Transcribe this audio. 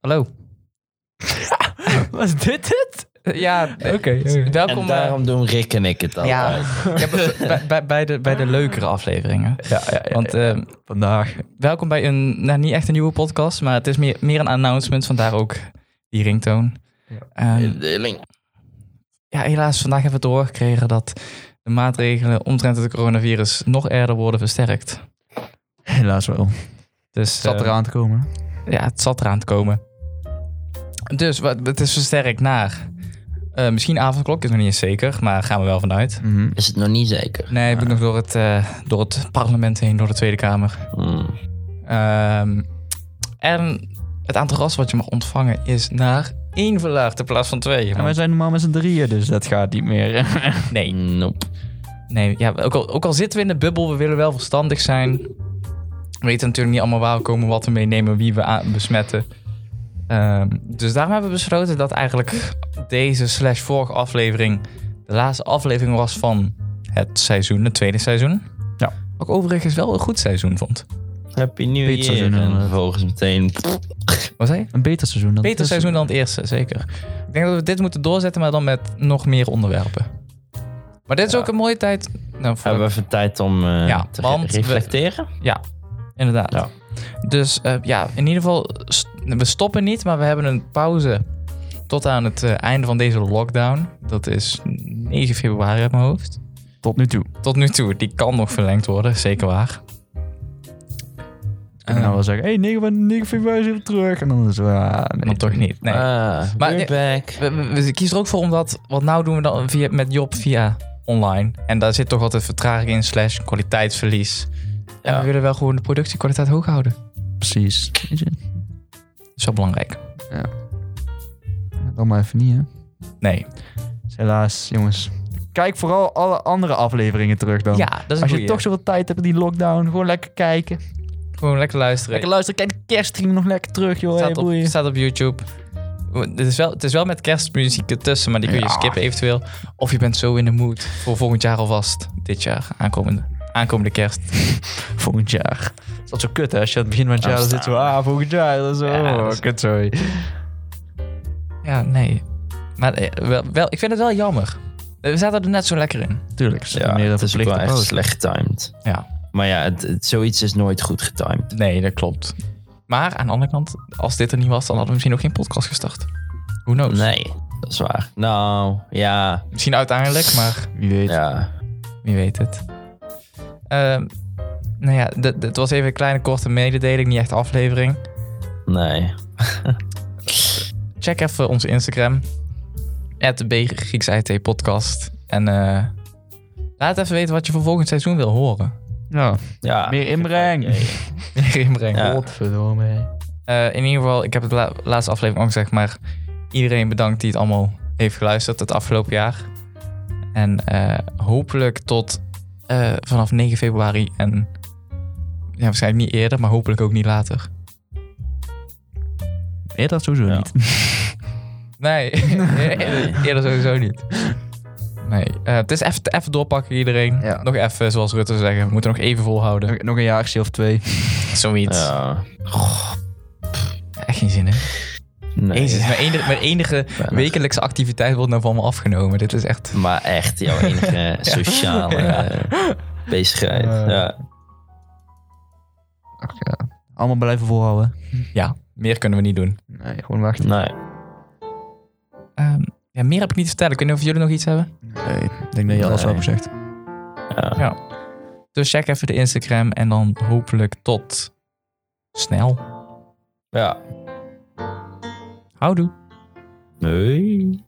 Hallo. Was dit het? Ja, Oké. oké. welkom. En eh, daarom eh. doen Rick en ik het altijd. ja, ja, bij, bij, bij de, bij de leukere afleveringen. Ja, ja, ja, Want ja. ehm, vandaag. welkom bij een, nou niet echt een nieuwe podcast, maar het is meer, meer een announcement, vandaar ook die ringtoon. Ja. Ja. Link. ja, helaas, vandaag hebben we doorgekregen dat de maatregelen omtrent het coronavirus nog eerder worden versterkt. Helaas wel. Dus, Het zat ehm, eraan te komen. Ja, het zat eraan te komen. Dus wat, het is versterkt naar. eh, misschien avondklok, is nog niet eens zeker, maar gaan we wel vanuit. Mhm. Is het nog niet zeker? Nee, ik ben nog door het, eh, door het parlement heen, door de Tweede Kamer. Hmm. Ehm, en het aantal ras wat je mag ontvangen is naar één verlaagd in plaats van twee. En wij zijn normaal met z'n drieën, dus dat gaat niet meer. Nee, Nope. nee ja, ook, al, ook al zitten we in de bubbel, we willen wel verstandig zijn. We weten natuurlijk niet allemaal waar we komen, wat we meenemen, wie we aan- besmetten. Ehm, dus daarom hebben we besloten dat eigenlijk deze slash vorige aflevering de laatste aflevering was van het seizoen, het tweede seizoen. Ja. Ook overigens wel een goed seizoen vond. Happy New Pizza Year. doen, En eh. vervolgens meteen... Wat zei je? Een beter seizoen dan Beter het eerste. seizoen dan het eerste, zeker. Ik denk dat we dit moeten doorzetten, maar dan met nog meer onderwerpen. Maar dit is Ja. ook een mooie tijd. Nou, voor Hebben we even tijd om eh, Ja, te re- want we- reflecteren? Inderdaad. Ja. Dus eh, ja, in ieder geval, st- we stoppen niet, maar we hebben een pauze tot aan het eh, einde van deze lockdown. Dat is 9 februari uit mijn hoofd. Tot nu toe. Tot nu toe, die kan nog verlengd worden, zeker waar. Eh, En dan wel zeggen, hé, hey, 9 van 9 februari zijn we terug. En dan is het, ah, nee. dan toch niet. Nee. Ah, Maar- we're back. We, we, we kiezen er ook voor omdat, wat nou doen we dan via, met Job via online. En daar zit toch altijd vertraging in, slash kwaliteitsverlies. En Ja. we willen wel gewoon de productiekwaliteit hoog houden. Precies. Weet je, Dat is wel belangrijk. Dan maar even niet, hè. Nee. Dus helaas, jongens. Kijk vooral alle andere afleveringen terug dan. Ja, dat is Als je toch zoveel tijd hebt in die lockdown, gewoon lekker kijken. gewoon lekker luisteren. Lekker luisteren, kijk de kerststream nog lekker terug, joh. staat, Hey, op, boeien. staat op YouTube. Het is, wel, het is wel met kerstmuziek ertussen, maar die kun je Ja. skippen eventueel. Of je bent zo in de mood voor volgend jaar alvast. Dit jaar, aankomende, aankomende kerst. Volgend jaar. Dat is zo kut, hè? Als je aan het begin van het jaar dan zit zo, ah, volgend jaar. Dat is zo, Ja, oh, dat is- kut, sorry. Ja, nee. Maar eh, wel, wel, ik vind het wel jammer. Eh, We zaten er net zo lekker in. Tuurlijk, ze Ja, hebben meer dan het is ook wel verplichte echt pauze. slecht getimed. Ja. Maar ja, het, het- zoiets is nooit goed getimed. Nee, dat klopt. Maar aan de andere kant, als dit er niet was, dan hadden we misschien ook geen podcast gestart. Who knows? Nee, dat is waar. Nou, ja, Misschien uiteindelijk, maar Wie weet. ja. Wie weet het. Ehm, nou ja, d- d- het was even een kleine korte mededeling, niet echt aflevering. Nee. Check even onze Instagram. At podcast. En eh, laat even weten wat je voor volgend seizoen wil horen. Ja, Ja. meer inbreng. Ja, ja, ja. Inbrengen. Ja. Godverdomme. hè. Eh, in ieder geval, ik heb het la- laatste aflevering ook gezegd, maar iedereen bedankt die het allemaal heeft geluisterd het afgelopen jaar. En eh, hopelijk tot eh, vanaf 9 februari en ja, waarschijnlijk niet eerder, maar hopelijk ook niet later. Eerder sowieso Ja. niet. Nee, eerder, eerder sowieso niet. Nee, eh, het is even, even doorpakken iedereen. Ja. Nog even, zoals Rutte zou zeggen, we moeten nog even volhouden. Nog- Nog een jaartje of twee. Zoiets. Ja. Echt geen zin in. Nee. Jezus, mijn enige, mijn enige Weinig. wekelijkse activiteit wordt nou van me afgenomen. Dit is echt... Maar echt, jouw enige sociale eh, bezigheid. Ja. ja. Ach, ja. Allemaal blijven volhouden. Ja, meer kunnen we niet doen. Nee, gewoon wachten. Nee. Ehm, ja, meer heb ik niet te vertellen. Ik weet niet of jullie nog iets hebben. Nee, ik denk dat je alles Nee. wel gezegd. Ja. Dus check even de Instagram en dan hopelijk tot snel. ja. Houdoe. Nee.